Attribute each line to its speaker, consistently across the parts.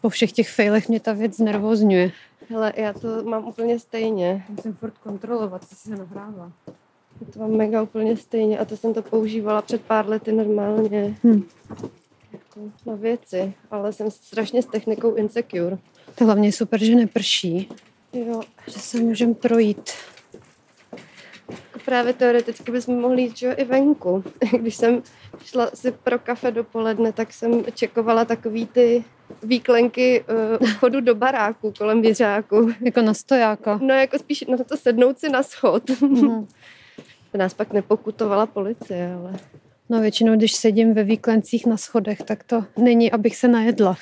Speaker 1: po všech těch failech mě ta věc nervozňuje.
Speaker 2: Hele, já to mám úplně stejně.
Speaker 1: Musím furt kontrolovat, co se nahrává.
Speaker 2: Já to mám mega úplně stejně a to jsem to používala před pár lety normálně
Speaker 1: Hm.
Speaker 2: jako na věci, ale jsem strašně s technikou insecure.
Speaker 1: To hlavně je super, že neprší,
Speaker 2: Jo,
Speaker 1: že se můžem projít.
Speaker 2: jako právě teoreticky bychom mohli jít že jo, i venku. Když jsem šla si pro kafe dopoledne, tak jsem čekovala takový ty výklenky uh, chodu do baráku kolem věřáku.
Speaker 1: Jako na stojáka.
Speaker 2: No jako spíš na to sednout si na schod.
Speaker 1: Mhm.
Speaker 2: Nás pak nepokutovala policie, ale...
Speaker 1: No většinou, když sedím ve výklencích na schodech, tak to není, abych se najedla.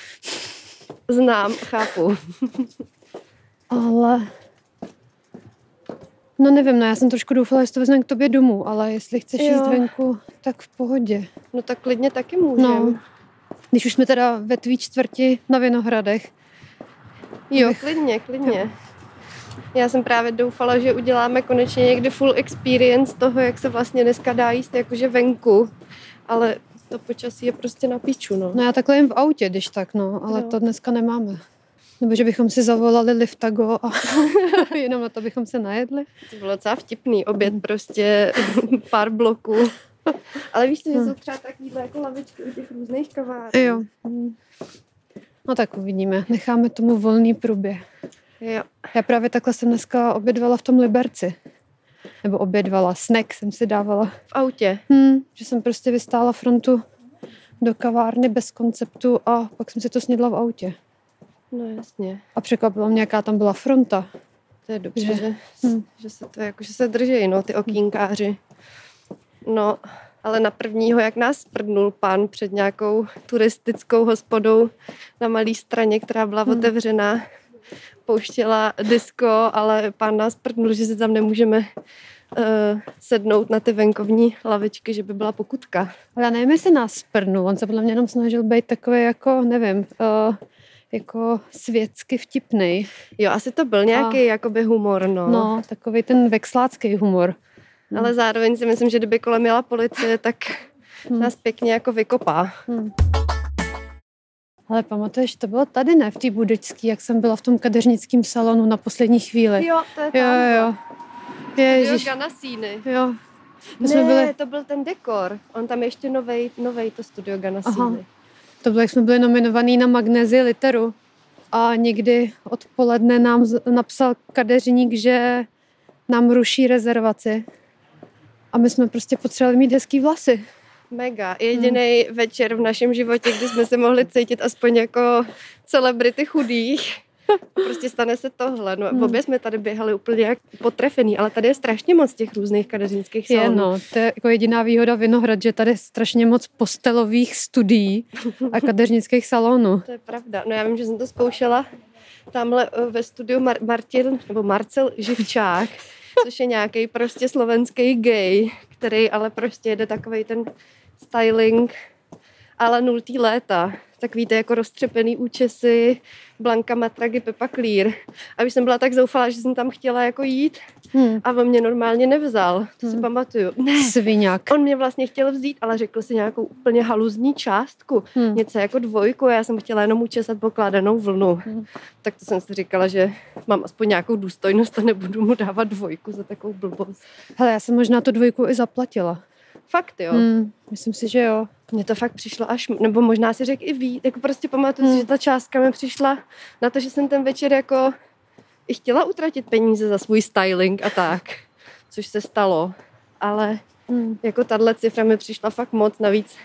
Speaker 2: Znám, chápu.
Speaker 1: Ale... No nevím, no já jsem trošku doufala, že to vezmeme k tobě domů, ale jestli chceš
Speaker 2: Jo.
Speaker 1: jo. jít venku, tak v pohodě.
Speaker 2: No tak klidně taky můžem.
Speaker 1: No. Když už jsme teda ve tvý čtvrti na Vinohradech.
Speaker 2: Jo,
Speaker 1: Abych-
Speaker 2: klidně, klidně. Já jsem právě doufala, že uděláme konečně někdy full experience toho, jak se vlastně dneska dá jíst jakože venku, ale to počasí je prostě na piču, no.
Speaker 1: No já takhle jen v autě, když tak, no, ale
Speaker 2: Jo.
Speaker 1: jo. to dneska nemáme. Nebo že bychom si zavolali Liftago a jenom na to bychom se najedli.
Speaker 2: To bylo docela vtipný oběd prostě pár bloků. Ale víš, co, že
Speaker 1: Hm.
Speaker 2: jsou třeba takovýhle jako lavičky u těch různých kaváren.
Speaker 1: Jo. No tak uvidíme, necháme tomu volný průběh.
Speaker 2: jo.
Speaker 1: Já právě takhle jsem dneska obědvala v tom Liberci. Nebo obědvala, snack jsem si dávala.
Speaker 2: V autě.
Speaker 1: Hmm, že jsem prostě vystála frontu do kavárny bez konceptu a pak jsem si to snědla v autě.
Speaker 2: No jasně.
Speaker 1: A překvapila mě, jaká tam byla fronta.
Speaker 2: To je dobře, že,
Speaker 1: Že-
Speaker 2: že,
Speaker 1: Hm.
Speaker 2: že se to jako, že se držejí, no, ty okýnkáři. No, ale na prvního, jak nás prdnul pán před nějakou turistickou hospodou na malé straně, která byla
Speaker 1: Hm.
Speaker 2: otevřená, pouštěla disco, ale pán nás prdnul, že si tam nemůžeme uh, sednout na ty venkovní lavičky, že by byla pokutka.
Speaker 1: Ale já nevím, jestli nás sprnul. On se podle mě jenom snažil být takový jako, nevím, uh, jako světsky vtipný.
Speaker 2: Jo, asi to byl nějaký A. jakoby humor, no.
Speaker 1: No, no takový ten vexlácký humor.
Speaker 2: Ale zároveň si myslím, že kdyby kolem jela policie, tak
Speaker 1: Hm.
Speaker 2: nás pěkně jako vykopá.
Speaker 1: Hmm. Ale pamatuješ, to bylo tady, ne? V té Budočský, jak jsem byla v tom kadeřnickém salonu na poslední chvíli.
Speaker 2: Jo, to je
Speaker 1: Jo,
Speaker 2: tam.
Speaker 1: jo.
Speaker 2: Ježíš.
Speaker 1: Ježíš.
Speaker 2: Ganasíny.
Speaker 1: Jo. My
Speaker 2: Ne,
Speaker 1: jsme byli,
Speaker 2: to byl ten dekor. On tam ještě novej, novej to studio Ganasíny.
Speaker 1: to bylo, jak jsme byli nominovaný na magnézi literu. A někdy odpoledne nám z- napsal kadeřník, že nám ruší rezervaci. A my jsme prostě potřebovali mít hezký vlasy.
Speaker 2: Mega. Jediný hmm. večer v našem životě, kdy jsme se mohli cítit aspoň jako celebrity chudých. Prostě stane se tohle. No,
Speaker 1: Hmm.
Speaker 2: obě jsme tady běhali úplně jak potrefený, ale tady je strašně moc těch různých kadeřnických
Speaker 1: Je,
Speaker 2: salonů.
Speaker 1: no, to je jako jediná výhoda Vinohrad, že tady je strašně moc postelových studií a kadeřnických salonů.
Speaker 2: To je pravda. No já vím, že jsem to zkoušela tamhle eh, ve studiu Mar- Martin, nebo Marcel Živčák, což je nějaký prostě slovenský gay, který ale prostě jede takový ten styling ale nultý léta. Tak víte, jako roztřepený účesy, Blanka Matragi, Pepa Clear. A už jsem byla tak zoufalá, že jsem tam chtěla jako jít
Speaker 1: Hmm.
Speaker 2: a on mě normálně nevzal. To si
Speaker 1: Hmm.
Speaker 2: pamatuju. Ne,
Speaker 1: Sviňák.
Speaker 2: on mě vlastně chtěl vzít, ale řekl si nějakou úplně haluzní částku
Speaker 1: Hmm.
Speaker 2: něco jako dvojku, já jsem chtěla jenom učesat pokládanou vlnu.
Speaker 1: Hmm.
Speaker 2: Tak to jsem si říkala, že mám aspoň nějakou důstojnost a nebudu mu dávat dvojku za takovou blbost.
Speaker 1: Hele, já jsem možná tu dvojku i zaplatila.
Speaker 2: Fakt jo. Hmm.
Speaker 1: Hmm. Myslím si, že jo.
Speaker 2: Mně to fakt přišlo až, nebo možná si řekl i ví, jako prostě pamatuju si,
Speaker 1: Hmm.
Speaker 2: že ta částka mi přišla na to, že jsem ten večer jako i chtěla utratit peníze za svůj styling a tak, což se stalo. Ale
Speaker 1: Hmm.
Speaker 2: jako tahle cifra mi přišla fakt moc, navíc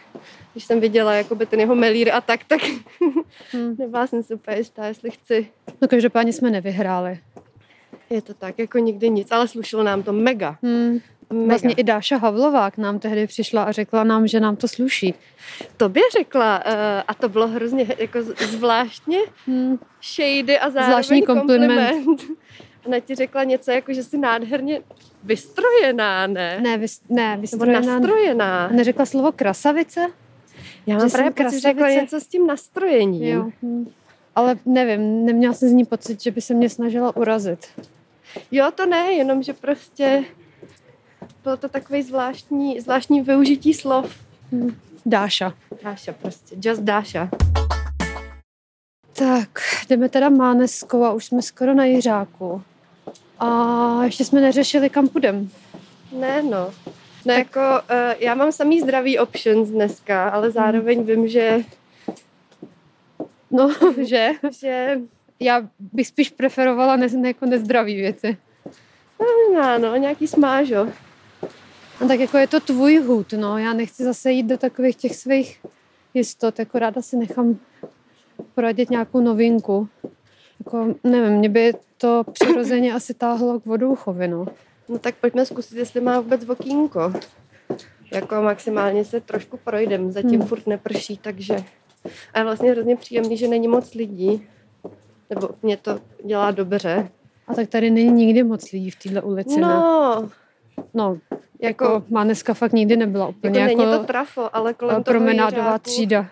Speaker 2: když jsem viděla jakoby ten jeho melír a tak, tak
Speaker 1: Hmm.
Speaker 2: nebyla jsem si úplně jistá, jestli chci
Speaker 1: No každopádně jsme nevyhráli.
Speaker 2: Je to tak, jako nikdy nic, ale slušilo nám to mega.
Speaker 1: Hmm.
Speaker 2: mega.
Speaker 1: Vlastně i Dáša Havlová k nám tehdy přišla a řekla nám, že nám to sluší.
Speaker 2: tobě řekla, eh, a to bylo hrozně jako z- zvláštně
Speaker 1: Hmm.
Speaker 2: shady a zároveň
Speaker 1: Zvláštní kompliment.
Speaker 2: kompliment. Ona ti řekla něco jako, že jsi nádherně vystrojená, ne?
Speaker 1: Ne, vys, ne,
Speaker 2: Nebo
Speaker 1: vystrojená.
Speaker 2: nastrojená.
Speaker 1: Neřekla slovo krasavice?
Speaker 2: Já
Speaker 1: Že
Speaker 2: mám
Speaker 1: jsem
Speaker 2: právě pocit, že řekla
Speaker 1: krasavice.
Speaker 2: něco s tím nastrojením.
Speaker 1: Jo. Hmm. Ale nevím, neměla jsem z ní pocit, že by se mě snažila urazit.
Speaker 2: jo, to ne, jenom že prostě bylo to takový zvláštní, zvláštní využití slov.
Speaker 1: Dáša.
Speaker 2: Dáša prostě, just Dáša.
Speaker 1: Tak, jdeme teda Máneskou a už jsme skoro na Jiřáku. A ještě jsme neřešili, kam půjdem.
Speaker 2: Ne, no. No tak. jako, eh, já mám samý zdravý options dneska, ale zároveň vím, že,
Speaker 1: No, že?
Speaker 2: že
Speaker 1: Já bych spíš preferovala ne, ne, jako nezdraví věci.
Speaker 2: no, no, nějaký smážo.
Speaker 1: No tak jako je to tvůj hud, no. Já nechci zase jít do takových těch svých jistot, jako ráda si nechám poradit nějakou novinku. Jako, nevím, mě by to přirozeně asi táhlo k vodouchovi, no.
Speaker 2: No tak pojďme zkusit, jestli má vůbec okýnko. Jako maximálně se trošku projdem, zatím
Speaker 1: Hmm.
Speaker 2: furt neprší, takže... A je vlastně hrozně příjemný, že není moc lidí. Nebo mě to dělá dobře.
Speaker 1: A tak tady není nikdy moc lidí v této ulici, ne?
Speaker 2: No,
Speaker 1: No,
Speaker 2: jako,
Speaker 1: jako
Speaker 2: jako,
Speaker 1: má dneska fakt nikdy nebyla úplně jako, eh,
Speaker 2: není to trafo, ale kolem toho,
Speaker 1: promenádová
Speaker 2: jiřáku,
Speaker 1: třída.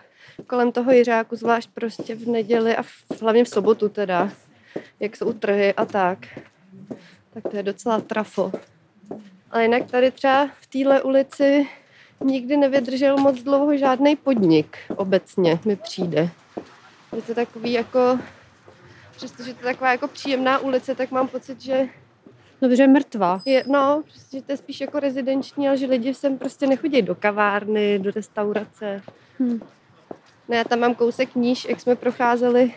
Speaker 2: kolem toho jiřáku, zvlášť prostě v neděli a v, hlavně v sobotu teda, jak jsou trhy a tak. Tak to je docela trafo. Ale jinak tady třeba v téhle ulici nikdy nevydržel moc dlouho žádný podnik obecně, mi přijde. Je to takový jako, přestože to je taková jako příjemná ulice, tak mám pocit, že
Speaker 1: No, protože je mrtvá.
Speaker 2: je, no, prostě to je spíš jako rezidenční, ale že lidi sem prostě nechodí do kavárny, do restaurace.
Speaker 1: Hm.
Speaker 2: No já tam mám kousek níž, jak jsme procházeli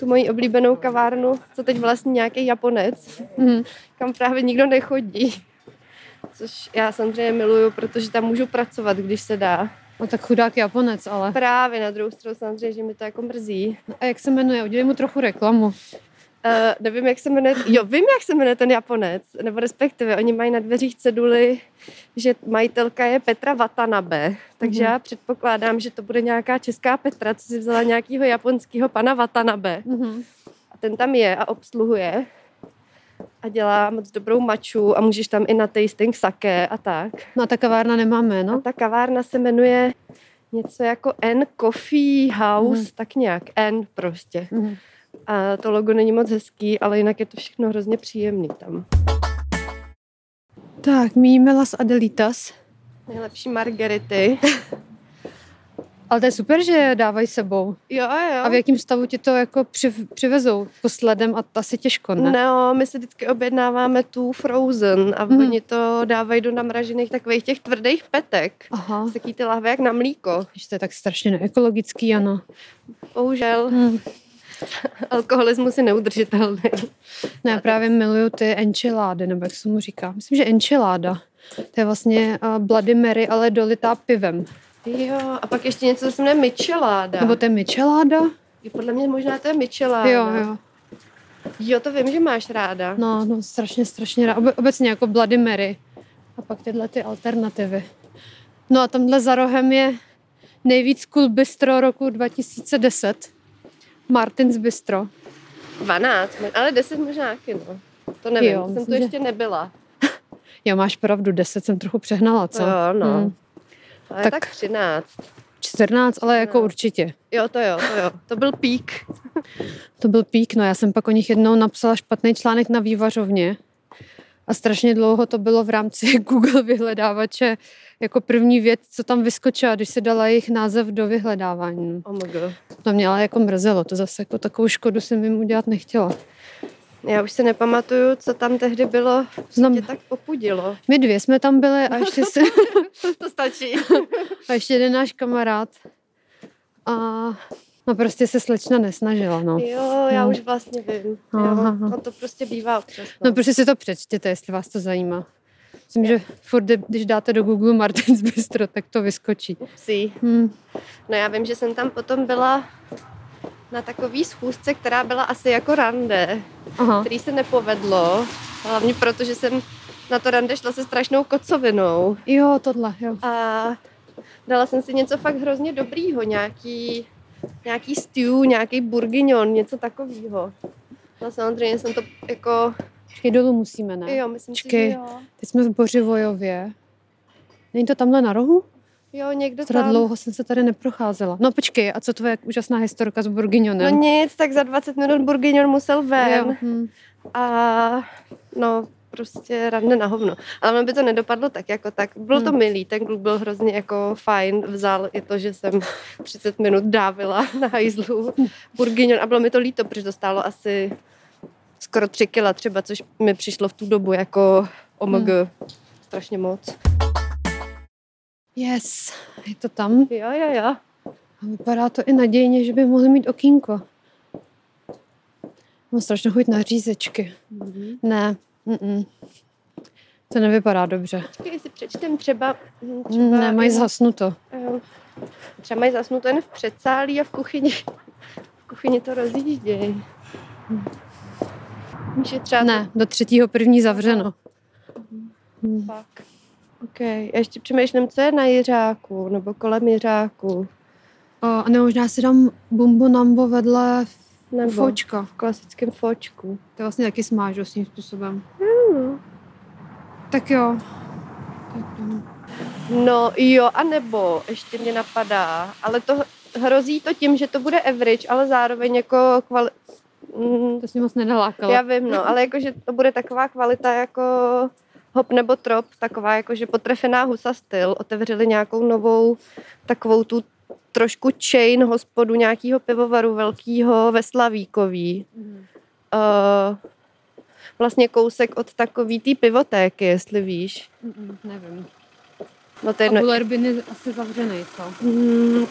Speaker 2: tu moji oblíbenou kavárnu, co teď vlastně nějaký Japonec,
Speaker 1: Mm.
Speaker 2: kam právě nikdo nechodí. Což já samozřejmě miluju, protože tam můžu pracovat, když se dá.
Speaker 1: No tak chudák Japonec, ale.
Speaker 2: Právě na druhou stranu samozřejmě, že mi to jako mrzí.
Speaker 1: A jak se jmenuje? Udělej mu trochu reklamu.
Speaker 2: Uh, nevím, jak se jmenuje, jo, vím, jak se jmenuje ten Japonec, nebo respektive, oni mají na dveřích ceduly, že majitelka je Petra Watanabe, takže
Speaker 1: Mhm.
Speaker 2: já předpokládám, že to bude nějaká česká Petra, co si vzala nějakého japonského pana Watanabe.
Speaker 1: Mm-hmm.
Speaker 2: A ten tam je a obsluhuje a dělá moc dobrou maču a můžeš tam i na tasting sake a tak.
Speaker 1: No a ta kavárna nemáme,
Speaker 2: A
Speaker 1: no.
Speaker 2: ta kavárna se jmenuje něco jako N Coffee House,
Speaker 1: Mhm.
Speaker 2: tak nějak, N prostě.
Speaker 1: Mm.
Speaker 2: A to logo není moc hezký, ale jinak je to všechno hrozně příjemný tam.
Speaker 1: Tak, míjíme Las Adelitas.
Speaker 2: Nejlepší margarity.
Speaker 1: Ale to je super, že je dávají sebou.
Speaker 2: Jo, jo.
Speaker 1: A v jakém stavu ti to jako přiv, přivezou posledem a to asi těžko, ne?
Speaker 2: No, my si vždycky objednáváme tu frozen a
Speaker 1: Mhm.
Speaker 2: oni to dávají do namražených takových těch tvrdých petek.
Speaker 1: Aha.
Speaker 2: Taký ty lahve jak na mlíko.
Speaker 1: Že to je tak strašně neekologický, ano.
Speaker 2: Bohužel,
Speaker 1: Mm.
Speaker 2: alkoholismus je neudržitelný.
Speaker 1: No já právě miluju ty enchilády, nebo jak se mu říká. Myslím, že enchiláda. To je vlastně uh, Bloody Mary, ale dolitá pivem.
Speaker 2: Jo, a pak ještě něco, co se jmenuje Micheláda.
Speaker 1: Nebo to je micheláda?
Speaker 2: Jo, Podle mě možná to je Micheláda.
Speaker 1: Jo, jo.
Speaker 2: Jo, to vím, že máš ráda.
Speaker 1: No, no, strašně, strašně rád. Obe- Obecně jako Bloody Mary. A pak tyhle ty alternativy. No a tamhle za rohem je nejvíc cool bistro roku 2010. Martins Bistro.
Speaker 2: 12, mo- ale 10 možná taky, no. To nevím,
Speaker 1: Jo,
Speaker 2: jo, jsem
Speaker 1: myslím,
Speaker 2: tu
Speaker 1: že-
Speaker 2: ještě nebyla.
Speaker 1: Jo, máš pravdu, 10 jsem trochu přehnala, co?
Speaker 2: Jo, no.
Speaker 1: Hmm.
Speaker 2: Ale
Speaker 1: Tak-
Speaker 2: tak... tak 13.
Speaker 1: 14, ale jako
Speaker 2: No.
Speaker 1: určitě.
Speaker 2: Jo, to jo, to jo. To byl pík.
Speaker 1: To byl pík, no já jsem pak o nich jednou napsala špatný článek na vývařovně a strašně dlouho to bylo v rámci Google vyhledávače jako první věc, co tam vyskočila, když se dala jejich název do vyhledávání. no.
Speaker 2: OMG.
Speaker 1: To mě ale jako mrzelo, to zase jako takovou škodu jsem jim udělat nechtěla.
Speaker 2: Já už se nepamatuju, co tam tehdy bylo.
Speaker 1: Znám,
Speaker 2: Tě tak popudilo.
Speaker 1: my dvě jsme tam byli a ještě, se,
Speaker 2: To stačí.
Speaker 1: a ještě jeden náš kamarád a no prostě se slečna nesnažila, no.
Speaker 2: Jo, já
Speaker 1: No.
Speaker 2: už vlastně vím.
Speaker 1: Aha,
Speaker 2: Jo,
Speaker 1: aha.
Speaker 2: no to prostě bývá občas.
Speaker 1: No prostě si to přečtěte, jestli vás to zajímá. Myslím, že furt, když dáte do Google Martins Bistro, tak to vyskočí.
Speaker 2: Upsí.
Speaker 1: Hmm.
Speaker 2: No já vím, že jsem tam potom byla na takový schůzce, která byla asi jako rande,
Speaker 1: Aha.
Speaker 2: který se nepovedlo, hlavně proto, že jsem na to rande šla se strašnou kocovinou
Speaker 1: Jo, tohle, jo.
Speaker 2: a dala jsem si něco fakt hrozně dobrýho, nějaký, nějaký stew, nějaký bourguignon, něco takového. No samozřejmě jsem to jako,
Speaker 1: Počkej, dolů musíme, ne?
Speaker 2: jo, myslím
Speaker 1: Počkej.
Speaker 2: si, že jo.
Speaker 1: Teď jsme v Bořivojově. Není to tamhle na rohu?
Speaker 2: Jo, někdo
Speaker 1: Teda
Speaker 2: tam.
Speaker 1: dlouho jsem se tady neprocházela. No počkej, a co tvoje úžasná historka s
Speaker 2: No
Speaker 1: Burginionem?
Speaker 2: nic, tak za 20 minut bourguignon musel ven.
Speaker 1: hm.
Speaker 2: A no, prostě radne na hovno. Ale ono by to nedopadlo tak jako tak. Bylo to
Speaker 1: Hmm.
Speaker 2: milý, ten kluk byl hrozně jako fajn, vzal i to, že jsem 30 minut dávila na hajzlu Burginion a bylo mi to líto, protože to stálo asi skoro 3 kila třeba, což mi přišlo v tu dobu jako omg.
Speaker 1: Hmm.
Speaker 2: Strašně moc.
Speaker 1: Yes, je to tam.
Speaker 2: Jo, jo, jo.
Speaker 1: A vypadá to i nadějně, že by mohli mít okýnko. Mám strašnou chuť na řízečky. Ne, mm-mm. to nevypadá dobře.
Speaker 2: Počkej, si přečtem třeba... hm,
Speaker 1: Mm,
Speaker 2: třeba
Speaker 1: Ne, mají zhasnuto.
Speaker 2: Jo. Ehm, Třeba mají zasnuto jen v předsálí a v kuchyni. V kuchyni to rozjíždějí. Míš je třeba
Speaker 1: Ne, do třetího první zavřeno. Mm.
Speaker 2: pak. OK, já ještě přemýšlím, co je na jiřáku, nebo kolem jiřáku.
Speaker 1: O, a nebo možná si dám bumbo nambo vedle
Speaker 2: Nebo
Speaker 1: fočka.
Speaker 2: v klasickém fočku.
Speaker 1: To vlastně taky smážu svým způsobem.
Speaker 2: no.
Speaker 1: Tak jo. Tak jdem.
Speaker 2: No jo, a nebo ještě mě napadá, ale to hrozí to tím, že to bude average, ale zároveň jako kvali... Mm,
Speaker 1: To jsi mě moc nenalákala.
Speaker 2: Já vím, no, ale jakože to bude taková kvalita jako hop nebo trop, taková jakože potrefená husa styl. Otevřeli nějakou novou takovou tu trošku chain hospodu nějakého pivovaru velkého ve Slavíkový.
Speaker 1: Mhm.
Speaker 2: Uh, vlastně kousek od takový té pivotéky, jestli víš.
Speaker 1: Mm, Nevím.
Speaker 2: No to je
Speaker 1: A
Speaker 2: jedno.
Speaker 1: Bulerbin je asi zavřený, co?
Speaker 2: Hmm,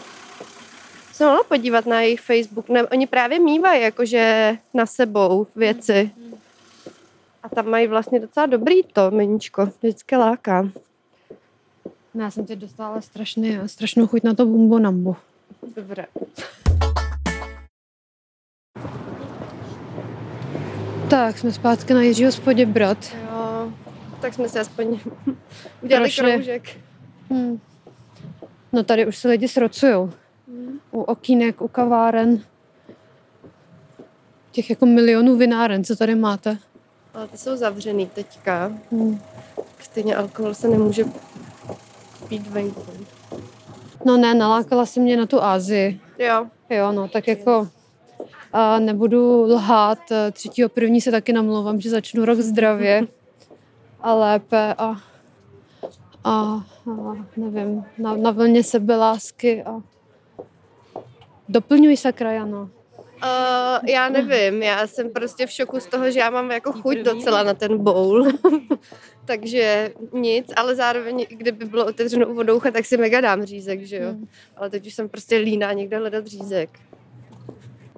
Speaker 2: se mohla podívat na jejich Facebook. Ne, oni právě mývají jakože na sebou věci. A tam mají vlastně docela dobrý to meníčko. Vždycky láká.
Speaker 1: No, já jsem teď dostala strašný, strašnou chuť na to bumbo nambo.
Speaker 2: Dobré.
Speaker 1: Tak, jsme zpátky na Jiřího spodě brat.
Speaker 2: Jo, tak jsme si aspoň udělali
Speaker 1: Prošli.
Speaker 2: kroužek.
Speaker 1: Hmm. No tady už se lidi srocujou. U okýnek, u kaváren. Těch jako milionů vináren, co tady máte.
Speaker 2: Ale ty jsou zavřený teďka.
Speaker 1: Hmm.
Speaker 2: Stejně alkohol se nemůže pít venku.
Speaker 1: No ne, nalákala si mě na tu Ázii.
Speaker 2: Jo.
Speaker 1: Jo, no, tak jako a nebudu lhát, eh, třetího první se taky namlouvám, že začnu rok zdravě a lépe a, a, a nevím, na, na vlně sebelásky a doplňuj se krajano.
Speaker 2: Uh, já nevím, já jsem prostě v šoku z toho, že já mám jako chuť docela na ten bowl. Takže nic, ale zároveň, kdyby bylo otevřeno u vodoucha, tak si mega dám řízek, že jo.
Speaker 1: Hmm.
Speaker 2: Ale teď už jsem prostě líná někde hledat řízek.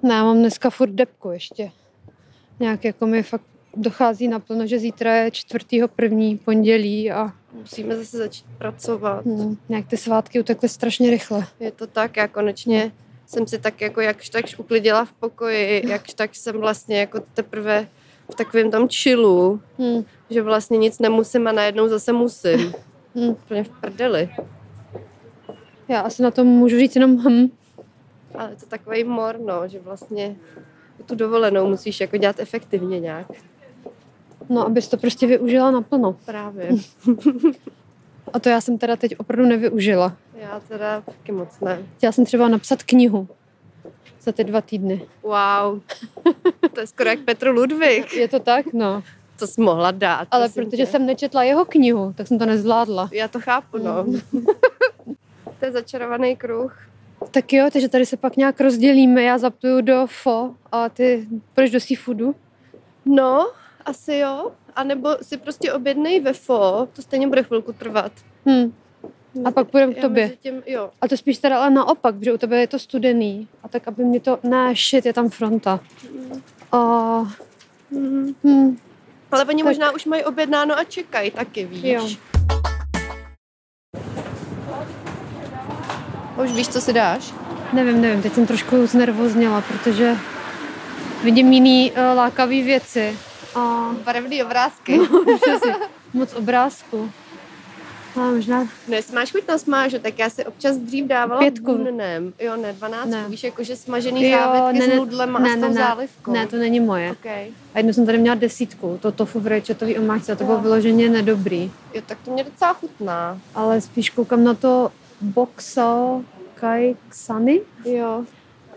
Speaker 1: Ne, já mám dneska furt depku ještě. Nějak jako mi fakt dochází naplno, že zítra je čtvrtýho první pondělí a
Speaker 2: Musíme zase začít pracovat.
Speaker 1: hm, nějak ty svátky utekly strašně rychle.
Speaker 2: Je to tak, já konečně jsem si tak jako jakž takž uklidila v pokoji, jakž tak jsem vlastně jako teprve v takovém tom chillu,
Speaker 1: Hm,
Speaker 2: že vlastně nic nemusím a najednou zase musím.
Speaker 1: hm.
Speaker 2: Úplně v prdeli.
Speaker 1: Já asi na tom můžu říct jenom hm.
Speaker 2: Ale je to takový mor, no, že vlastně tu dovolenou musíš jako dělat efektivně nějak.
Speaker 1: No, abys to prostě využila naplno.
Speaker 2: Právě.
Speaker 1: A to já jsem teda teď opravdu nevyužila.
Speaker 2: Já teda taky moc ne.
Speaker 1: Chtěla jsem třeba napsat knihu za ty dva týdny.
Speaker 2: Wow. To je skoro jak Petr Ludvík.
Speaker 1: Je to tak? No.
Speaker 2: To jsi mohla dát.
Speaker 1: Ale
Speaker 2: prosím
Speaker 1: protože
Speaker 2: tě.
Speaker 1: jsem nečetla jeho knihu, tak jsem to nezvládla.
Speaker 2: Já to chápu, no.
Speaker 1: Mm.
Speaker 2: to je začarovaný kruh.
Speaker 1: Tak jo, takže tady se pak nějak rozdělíme. Já zapluju do fo a ty proč do seafoodu?
Speaker 2: No, asi jo. A nebo si prostě objednej ve FO, to stejně bude chvilku trvat.
Speaker 1: Hm. A pak půjdem k
Speaker 2: Já
Speaker 1: tobě.
Speaker 2: mezi Tím, jo.
Speaker 1: A to spíš teda ale naopak, protože u tebe je to studený. A tak, aby mě to... Ne, shit, je tam fronta. A...
Speaker 2: Mm.
Speaker 1: Hm.
Speaker 2: Ale oni
Speaker 1: Tak.
Speaker 2: možná už mají objednáno a čekají taky, víš.
Speaker 1: Jo.
Speaker 2: A Už víš, co si dáš?
Speaker 1: Nevím, nevím, teď jsem trošku znervozněla, protože vidím jiný uh, lákavý věci a
Speaker 2: Barevný obrázky.
Speaker 1: No. přesně, moc obrázku. A možná,
Speaker 2: No jestli máš chuť na smážu, tak já si občas dřív dávala
Speaker 1: Pětku.
Speaker 2: dnem. Jo, ne, dvanáctku.
Speaker 1: Ne.
Speaker 2: Víš, jakože smažený
Speaker 1: Jo,
Speaker 2: závětky
Speaker 1: ne,
Speaker 2: s
Speaker 1: ne,
Speaker 2: nudlem a
Speaker 1: ne,
Speaker 2: s
Speaker 1: ne,
Speaker 2: tou
Speaker 1: ne.
Speaker 2: zálivkou.
Speaker 1: ne, to není moje.
Speaker 2: Okay.
Speaker 1: A jednou jsem tady měla desítku, to tofu v rajčatový omáčce, a to bylo
Speaker 2: Jo.
Speaker 1: vyloženě nedobrý.
Speaker 2: Jo, tak to mě docela chutná.
Speaker 1: Ale spíš koukám na to boxo kai ksany
Speaker 2: Jo.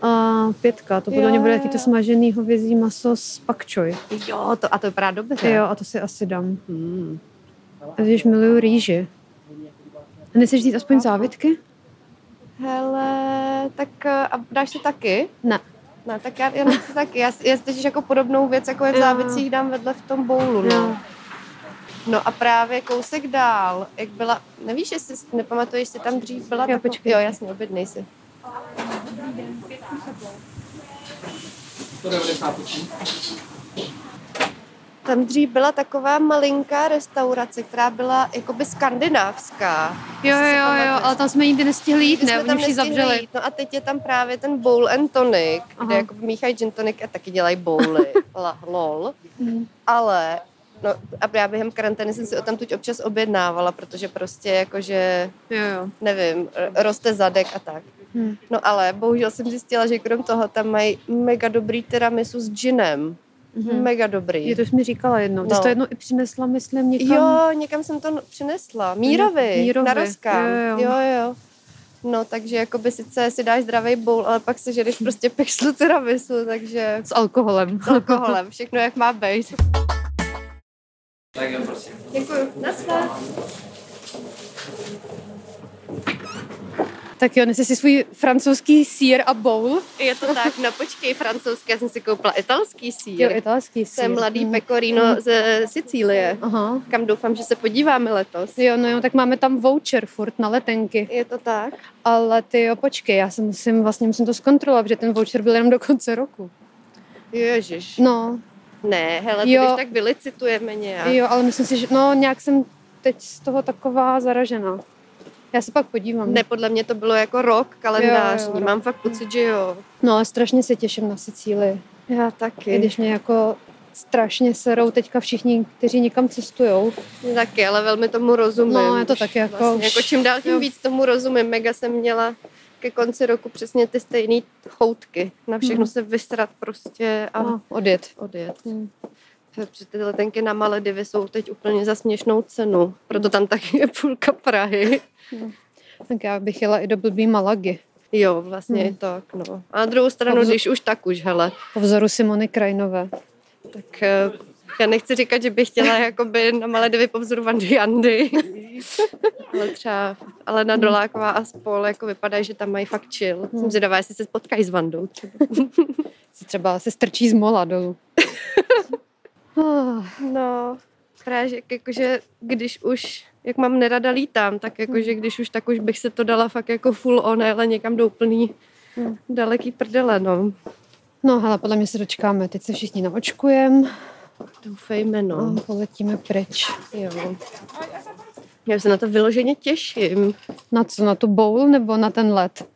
Speaker 1: a a pětka. To podle
Speaker 2: Jo,
Speaker 1: mě bude
Speaker 2: jo,
Speaker 1: taky to
Speaker 2: jo.
Speaker 1: smažený hovězí maso s pak choi.
Speaker 2: Jo, to, a to vypadá dobře.
Speaker 1: Jo, a to si asi dám.
Speaker 2: Hmm.
Speaker 1: A když miluju rýži. A nechceš říct aspoň závitky?
Speaker 2: Hele, tak eh, a dáš si taky?
Speaker 1: Ne.
Speaker 2: No, tak já, já nechci taky. Já, já totiž jako podobnou věc, jako je v
Speaker 1: Jo.
Speaker 2: závicích, dám vedle v tom boulu. No.
Speaker 1: Jo.
Speaker 2: no a právě kousek dál, jak byla, nevíš, jestli si- nepamatuješ, jestli tam dřív byla
Speaker 1: Jo,
Speaker 2: taková-
Speaker 1: počkej.
Speaker 2: Jo, jasně, objednej si.
Speaker 3: 198.
Speaker 2: Tam dřív byla taková malinká restaurace, která byla jakoby skandinávská.
Speaker 1: Jo, jo, jo, jo, ale tam jsme nikdy nestihli jít,
Speaker 2: My
Speaker 1: ne?
Speaker 2: jsme tam
Speaker 1: Oni už ji
Speaker 2: nestihli
Speaker 1: zavřeli.
Speaker 2: jít, No a teď je tam právě ten bowl and tonic, Aha.
Speaker 1: Aha.
Speaker 2: kde jakoby míchají gin tonic a taky dělají bowly. La- Lol.
Speaker 1: Mm.
Speaker 2: Ale no, a já během karantény jsem si o tam tuď občas objednávala, protože prostě jakože,
Speaker 1: Jo, jo.
Speaker 2: nevím, r- roste zadek a tak.
Speaker 1: Hm.
Speaker 2: No ale bohužel jsem zjistila, že krom toho tam mají mega dobrý tiramisu s ginem.
Speaker 1: Mhm.
Speaker 2: Hmm. Mega dobrý.
Speaker 1: Je, to už mi říkala jednou. Ty jsi
Speaker 2: No.
Speaker 1: to jednou i přinesla, myslím, někam.
Speaker 2: Jo, někam jsem to přinesla. Mírovi,
Speaker 1: Mírovi,
Speaker 2: Mírovi. na rozkám.
Speaker 1: jo, jo.
Speaker 2: Jo, jo. jo. No, takže jakoby sice si dáš zdravý bowl, ale pak si žereš prostě pexlu tiramisu, takže
Speaker 1: S alkoholem.
Speaker 2: s alkoholem, všechno jak má být.
Speaker 3: Tak jen prosím.
Speaker 2: Děkuji. Naschle.
Speaker 1: Tak jo, nese si svůj francouzský sír a bowl.
Speaker 2: Je to tak, no počkej, francouzské, já jsem si koupila italský sír.
Speaker 1: Jo, italský sír.
Speaker 2: jsem mladý
Speaker 1: Hm.
Speaker 2: pecorino ze Sicílie,
Speaker 1: Aha.
Speaker 2: kam doufám, že se podíváme letos.
Speaker 1: Jo, no jo, tak máme tam voucher furt na letenky.
Speaker 2: Je to tak?
Speaker 1: Ale ty jo, počkej, já se musím, vlastně musím to zkontrolovat, protože ten voucher byl jenom do konce roku.
Speaker 2: Ježiš.
Speaker 1: No,
Speaker 2: Ne, hele, to
Speaker 1: Jo.
Speaker 2: když tak vylicitujeme nějak.
Speaker 1: jo, ale myslím si, že no nějak jsem teď z toho taková zaražená. Já se pak podívám.
Speaker 2: Ne, podle mě to bylo jako rok kalendářní.
Speaker 1: Jo,
Speaker 2: Jo,
Speaker 1: jo,
Speaker 2: jo,
Speaker 1: rok.
Speaker 2: Mám fakt pocit, že jo.
Speaker 1: No ale strašně se těším na Sicílii.
Speaker 2: Já
Speaker 1: I
Speaker 2: taky. Když...
Speaker 1: když mě jako strašně serou teďka všichni, kteří někam cestují.
Speaker 2: Taky, ale velmi tomu rozumím.
Speaker 1: No, já to
Speaker 2: Už
Speaker 1: taky jako-
Speaker 2: Vlastně,
Speaker 1: už-
Speaker 2: jako čím dál tím
Speaker 1: jo.
Speaker 2: víc tomu rozumím. Mega jsem měla ke konci roku přesně ty stejné choutky. Na všechno
Speaker 1: Mhm. No.
Speaker 2: se vysrat prostě a
Speaker 1: A odjet.
Speaker 2: odjet.
Speaker 1: Hm.
Speaker 2: Protože ty letenky na Maledivy jsou teď úplně za směšnou cenu. Proto tam taky je půlka Prahy.
Speaker 1: Tak já bych jela i do blbý Malagy.
Speaker 2: Jo, vlastně
Speaker 1: Mhm.
Speaker 2: i tak, no. A na druhou stranu,
Speaker 1: Obzo-
Speaker 2: když už, tak už, hele.
Speaker 1: Po vzoru Simony Krajnové.
Speaker 2: Tak eh, já nechci říkat, že bych chtěla jakoby na Maledivy po vzoru Vandy Jandy. ale třeba Alena Doláková a spol jako vypadá, že tam mají fakt chill. Jsem zvědavá, jestli se potkají s Vandou. Třeba.
Speaker 1: Si třeba se strčí z mola dolů. Ah,
Speaker 2: No, právě, že jak- jakože když už, jak mám nerada lítám, tak jakože když už, tak už bych se to dala fakt jako full on, ale někam do úplný
Speaker 1: Hmm.
Speaker 2: daleký prdele, no.
Speaker 1: no hele, podle mě se dočkáme. Teď se všichni naočkujeme
Speaker 2: Doufejme, no.
Speaker 1: a poletíme pryč.
Speaker 2: Jo. Já se na to vyloženě těším.
Speaker 1: Na co? Na tu bowl nebo na ten let?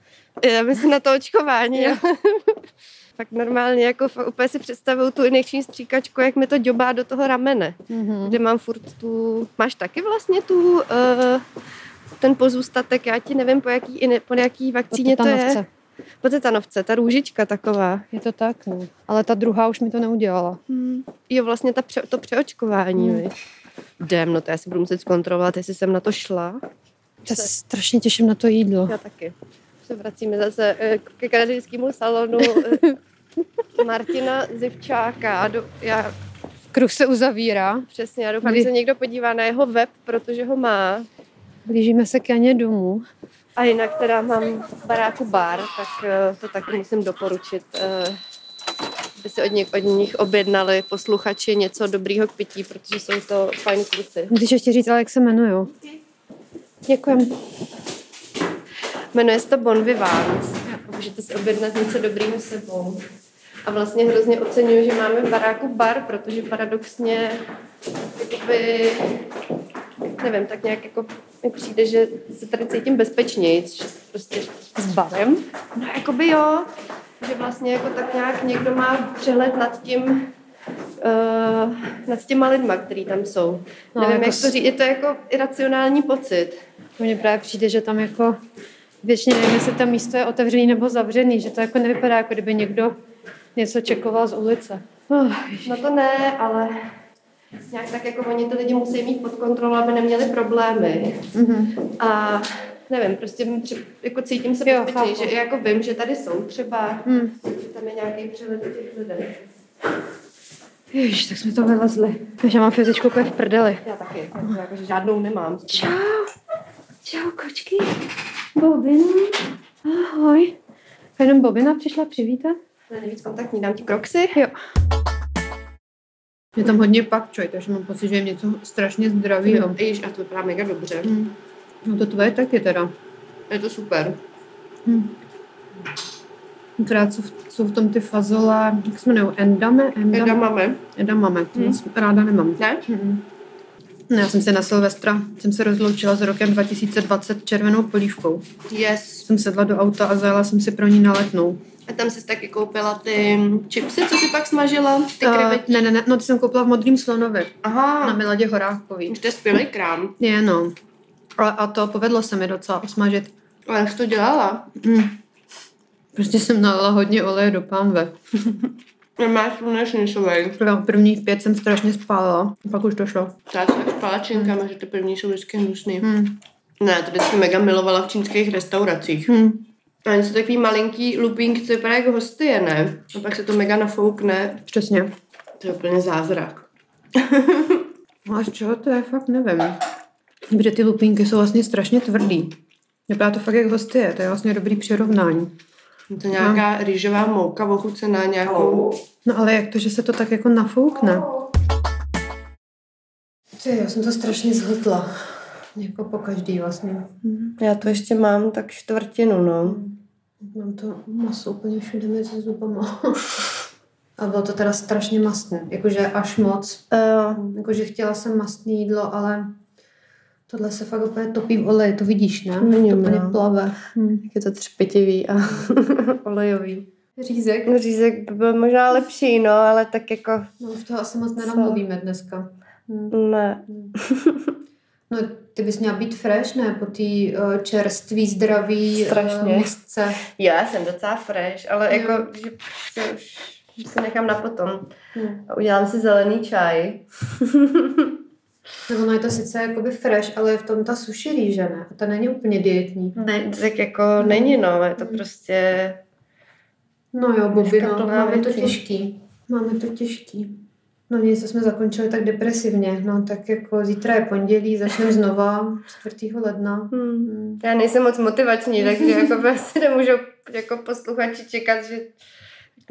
Speaker 2: Já myslím na to očkování. Pak normálně jako fakt úplně si představuju tu injekční stříkačku, jak mi to děbá do toho ramene,
Speaker 1: Mhm.
Speaker 2: kde mám furt tu... Máš taky vlastně tu... Uh, ten pozůstatek, já ti nevím, po jaký, ine- po jaký vakcíně to je.
Speaker 1: Potetanovce.
Speaker 2: Po tetanovce, ta růžička taková.
Speaker 1: Je to tak, no. Ale ta druhá už mi to neudělala.
Speaker 2: Hmm. Jo, vlastně ta pře- to přeočkování,
Speaker 1: Hmm.
Speaker 2: hmm. Jdem, no to já si budu muset zkontrolovat, jestli jsem na to šla.
Speaker 1: Já se strašně těším na to jídlo.
Speaker 2: Já taky. Se vracíme zase eh, ke kanadějskému salonu eh, Martina Zivčáka. A do- Já
Speaker 1: Kruh se uzavírá,
Speaker 2: přesně, já doufám,
Speaker 1: Kdy-
Speaker 2: že se někdo podívá na jeho web, protože ho má.
Speaker 1: blížíme se k Janě domů.
Speaker 2: A jinak teda mám v baráku bar, tak eh, to taky musím doporučit. eh, Aby si od nich, od nich objednali posluchači něco dobrýho k pití, protože jsou to fajn kluci.
Speaker 1: Musíš ještě říct, ale jak se jmenuju. Děkujem.
Speaker 2: Jmenuje se to Bon Vivant. Můžete si objednat něco dobrýho s sebou. A vlastně hrozně oceňuju, že máme v baráku bar, protože paradoxně jakoby, nevím, tak nějak jako mi přijde, že se tady cítím bezpečněji, že prostě s barem. No jakoby jo, že vlastně jako tak nějak někdo má přehled nad tím, uh, nad těma lidma, který tam jsou.
Speaker 1: No,
Speaker 2: No, nevím,
Speaker 1: jako
Speaker 2: jak
Speaker 1: s-
Speaker 2: to říct, je to jako iracionální pocit.
Speaker 1: Mně právě přijde, že tam jako většině nevím, jestli to místo je otevřený nebo zavřený, že to jako nevypadá, jako kdyby někdo něco čekoval z ulice. Oh,
Speaker 2: No to ne, ale nějak tak jako oni ty lidi musí mít pod kontrolou, aby neměli problémy.
Speaker 1: mm-hmm.
Speaker 2: A nevím, prostě mi při- jako cítím se
Speaker 4: Jo,
Speaker 2: bezpečně,
Speaker 4: chápu.
Speaker 2: že jako vím, že tady jsou třeba,
Speaker 1: Mhm.
Speaker 4: Hmm.
Speaker 2: že tam je nějaký přehled o těch lidí.
Speaker 4: Ježiš, tak jsme to vylezli. Já mám fyzičku úplně v prdeli.
Speaker 2: Já taky, jako, jako, že žádnou nemám.
Speaker 4: Čau. Čau, kočky. Bobina. Ahoj. A Jenom Bobina přišla přivítat.
Speaker 2: To je nejvíc kontaktní, dám ti kroxy.
Speaker 4: Jo.
Speaker 1: Je tam hodně pak čoj, takže mám pocit, že je něco strašně zdravýho.
Speaker 2: Ježiš, a to vypadá mega dobře.
Speaker 1: Mm. No to tvoje taky teda.
Speaker 2: Je to super.
Speaker 1: Mm. Krát jsou, v- jsou v tom ty fazole, jak se jmenují, endame?
Speaker 2: Jedna
Speaker 1: Endame.
Speaker 2: máme.
Speaker 1: Endamame, to
Speaker 2: Mm.
Speaker 1: moc ráda nemám.
Speaker 2: Ne?
Speaker 1: Mm. No, já jsem se na Silvestra, jsem se rozloučila s rokem 2020 červenou polívkou.
Speaker 2: Yes.
Speaker 1: Jsem sedla do auta a zajela jsem si pro ní naletnou.
Speaker 2: A tam jsi taky koupila ty chipsy, co si pak smažila? Ty No.
Speaker 1: Eh,
Speaker 2: krevetí.
Speaker 1: ne, ne, ne, no ty jsem koupila v Modrým slonově, na
Speaker 2: Aha.
Speaker 1: Miladě Horákový.
Speaker 2: Už to je skvělý krám.
Speaker 1: Je, no. A, a to povedlo se mi docela osmažit.
Speaker 2: Ale jak jsi to dělala?
Speaker 1: Mm. Prostě jsem nalila hodně oleje do pánve.
Speaker 2: Máš No, sluneční
Speaker 1: Jo, prvních pět jsem strašně spálila, pak už to šlo.
Speaker 2: Já jsem tak s palačinkama, no, že ty první jsou vždycky hnusný.
Speaker 1: Hmm.
Speaker 2: Ne, já to vždycky mega milovala v čínských restauracích.
Speaker 1: Hmm.
Speaker 2: A oni jsou takový malinký lupínky, co vypadá jako hostie, ne? A pak se to mega nafoukne.
Speaker 1: Přesně.
Speaker 2: To je úplně zázrak.
Speaker 1: A z čeho to je, fakt nevím. Protože ty lupínky jsou vlastně strašně tvrdý. Vypadá to fakt jak hostie, to je vlastně dobrý přirovnání.
Speaker 2: Je to nějaká rýžová mouka ochucená nějakou...
Speaker 1: No ale jak to, že se to tak jako nafoukne? Ty, já jsem to strašně zhltla. Jako po každý vlastně.
Speaker 2: Já to ještě mám tak čtvrtinu, no.
Speaker 1: Mám to maso úplně všude mezi zubama. A bylo to teda strašně mastné, jakože až moc.
Speaker 2: Uh,
Speaker 1: Jakože Jako, chtěla jsem mastné jídlo, ale tohle se fakt úplně topí v oleji, to vidíš, ne?
Speaker 2: Není,
Speaker 1: to úplně
Speaker 2: no.
Speaker 1: plave.
Speaker 2: je to třpitivý a olejový.
Speaker 1: Řízek,
Speaker 2: No. Řízek by byl možná lepší, no, ale tak jako
Speaker 1: no už toho asi moc nenamluvíme dneska. Hmm.
Speaker 2: ne.
Speaker 1: No, ty bys měla být fresh, ne? Po té uh, čerství, zdraví,
Speaker 2: Strašně.
Speaker 1: Uh, mozce.
Speaker 2: Já jsem docela fresh, ale
Speaker 1: Jo.
Speaker 2: jako, že se už že se nechám na potom.
Speaker 1: Hmm.
Speaker 2: A udělám si zelený čaj.
Speaker 1: Nebo no, je to sice jakoby fresh, ale je v tom ta sushi rýže, ne? A to není úplně dietní.
Speaker 2: Ne, tak jako není, no, je to
Speaker 1: Hmm.
Speaker 2: prostě...
Speaker 1: No jo, Bobby,
Speaker 2: Dneska
Speaker 1: no,
Speaker 2: plná
Speaker 1: máme to
Speaker 2: věcí.
Speaker 1: těžký. Máme to těžký. No něco jsme zakončili tak depresivně, no tak jako zítra je pondělí, začneme znova 4. ledna. Hmm.
Speaker 2: Já nejsem moc motivační, takže jako prostě nemůžu jako posluchači čekat, že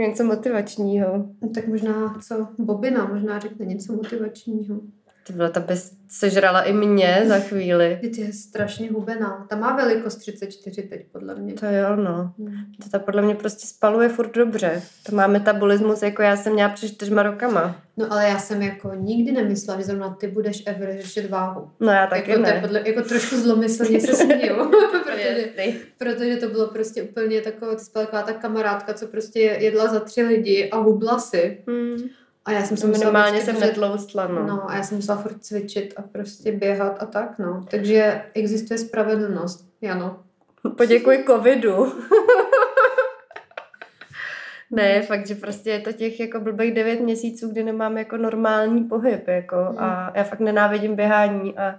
Speaker 2: něco motivačního.
Speaker 1: No, tak možná co, Bobina možná řekne něco motivačního.
Speaker 2: Ty byla ta bez... sežrala i mě za chvíli.
Speaker 1: Ty je strašně hubená, ta má velikost 34 teď podle mě.
Speaker 2: To jo, no.
Speaker 1: Hmm.
Speaker 2: To ta podle mě prostě spaluje furt dobře. To má metabolismus, jako já jsem měla před čtyřma rokama.
Speaker 1: No ale já jsem jako nikdy nemyslela, že zrovna ty budeš ever řešit váhu.
Speaker 2: No já taky
Speaker 1: jako, to je
Speaker 2: ne.
Speaker 1: podle, jako trošku zlomyslně se směju, protože
Speaker 2: Jasný.
Speaker 1: Protože to bylo prostě úplně taková, to byla taková ta kamarádka, co prostě jedla za tři lidi a hubla si.
Speaker 2: Hmm.
Speaker 1: A já jsem se musela
Speaker 2: Minimálně
Speaker 1: prostě
Speaker 2: jsem
Speaker 1: držet-
Speaker 2: netloustla, no. no.
Speaker 1: No a já jsem musela furt cvičit a prostě běhat a tak, no. Takže existuje spravedlnost, Jano.
Speaker 2: Poděkuji covidu. ne, fakt, že prostě je to těch jako blbých devět měsíců, kdy nemám jako normální pohyb, jako
Speaker 1: Hmm.
Speaker 2: a já fakt nenávidím běhání a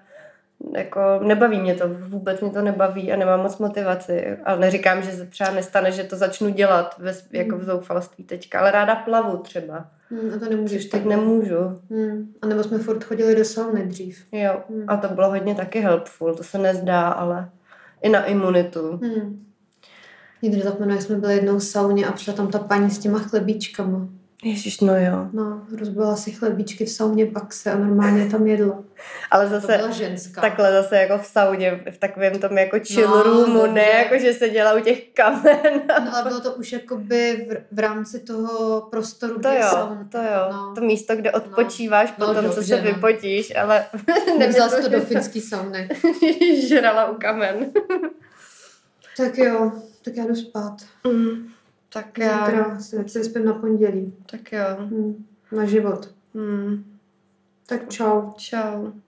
Speaker 2: jako nebaví mě to, vůbec mě to nebaví a nemám moc motivaci. Ale neříkám, že se třeba nestane, že to začnu dělat ve, s- jako v zoufalství teďka, ale ráda plavu třeba.
Speaker 1: Hmm, a to nemůžeš
Speaker 2: Teď
Speaker 1: tak.
Speaker 2: nemůžu.
Speaker 1: Hmm. A nebo jsme furt chodili do sauny dřív.
Speaker 2: Jo.
Speaker 1: Hmm.
Speaker 2: A to bylo hodně taky helpful, to se nezdá, ale i na imunitu.
Speaker 1: Hmm. Nikdy zapomenu, jak jsme byli jednou v sauně a přišla tam ta paní s těma chlebíčkama.
Speaker 2: Ježíš, no jo.
Speaker 1: No, rozbila si chlebíčky v sauně pak se a normálně tam jedla.
Speaker 2: Ale
Speaker 1: To
Speaker 2: zase...
Speaker 1: byla ženská.
Speaker 2: Takhle zase jako v sauně, v takovém tom jako chill
Speaker 1: No,
Speaker 2: roomu, ne
Speaker 1: dobře.
Speaker 2: jako, že se dělá u těch kamen.
Speaker 1: No, ale bylo to už jakoby v, v rámci toho prostoru,
Speaker 2: To
Speaker 1: kde
Speaker 2: jo,
Speaker 1: jsem.
Speaker 2: to jo,
Speaker 1: No.
Speaker 2: to místo, kde odpočíváš
Speaker 1: No,
Speaker 2: po tom, co
Speaker 1: dobře,
Speaker 2: se
Speaker 1: no.
Speaker 2: vypotíš, ale
Speaker 1: Nevzal jsi to
Speaker 2: nemyslím,
Speaker 1: do
Speaker 2: že
Speaker 1: finský sauny.
Speaker 2: jsem žrala u kamen.
Speaker 1: Tak jo, tak já jdu spát.
Speaker 2: Mm, tak já,
Speaker 1: Zítra se, se spím na pondělí.
Speaker 2: tak jo.
Speaker 1: Hm, na život.
Speaker 2: Mm,
Speaker 1: Tak čau.
Speaker 2: čau.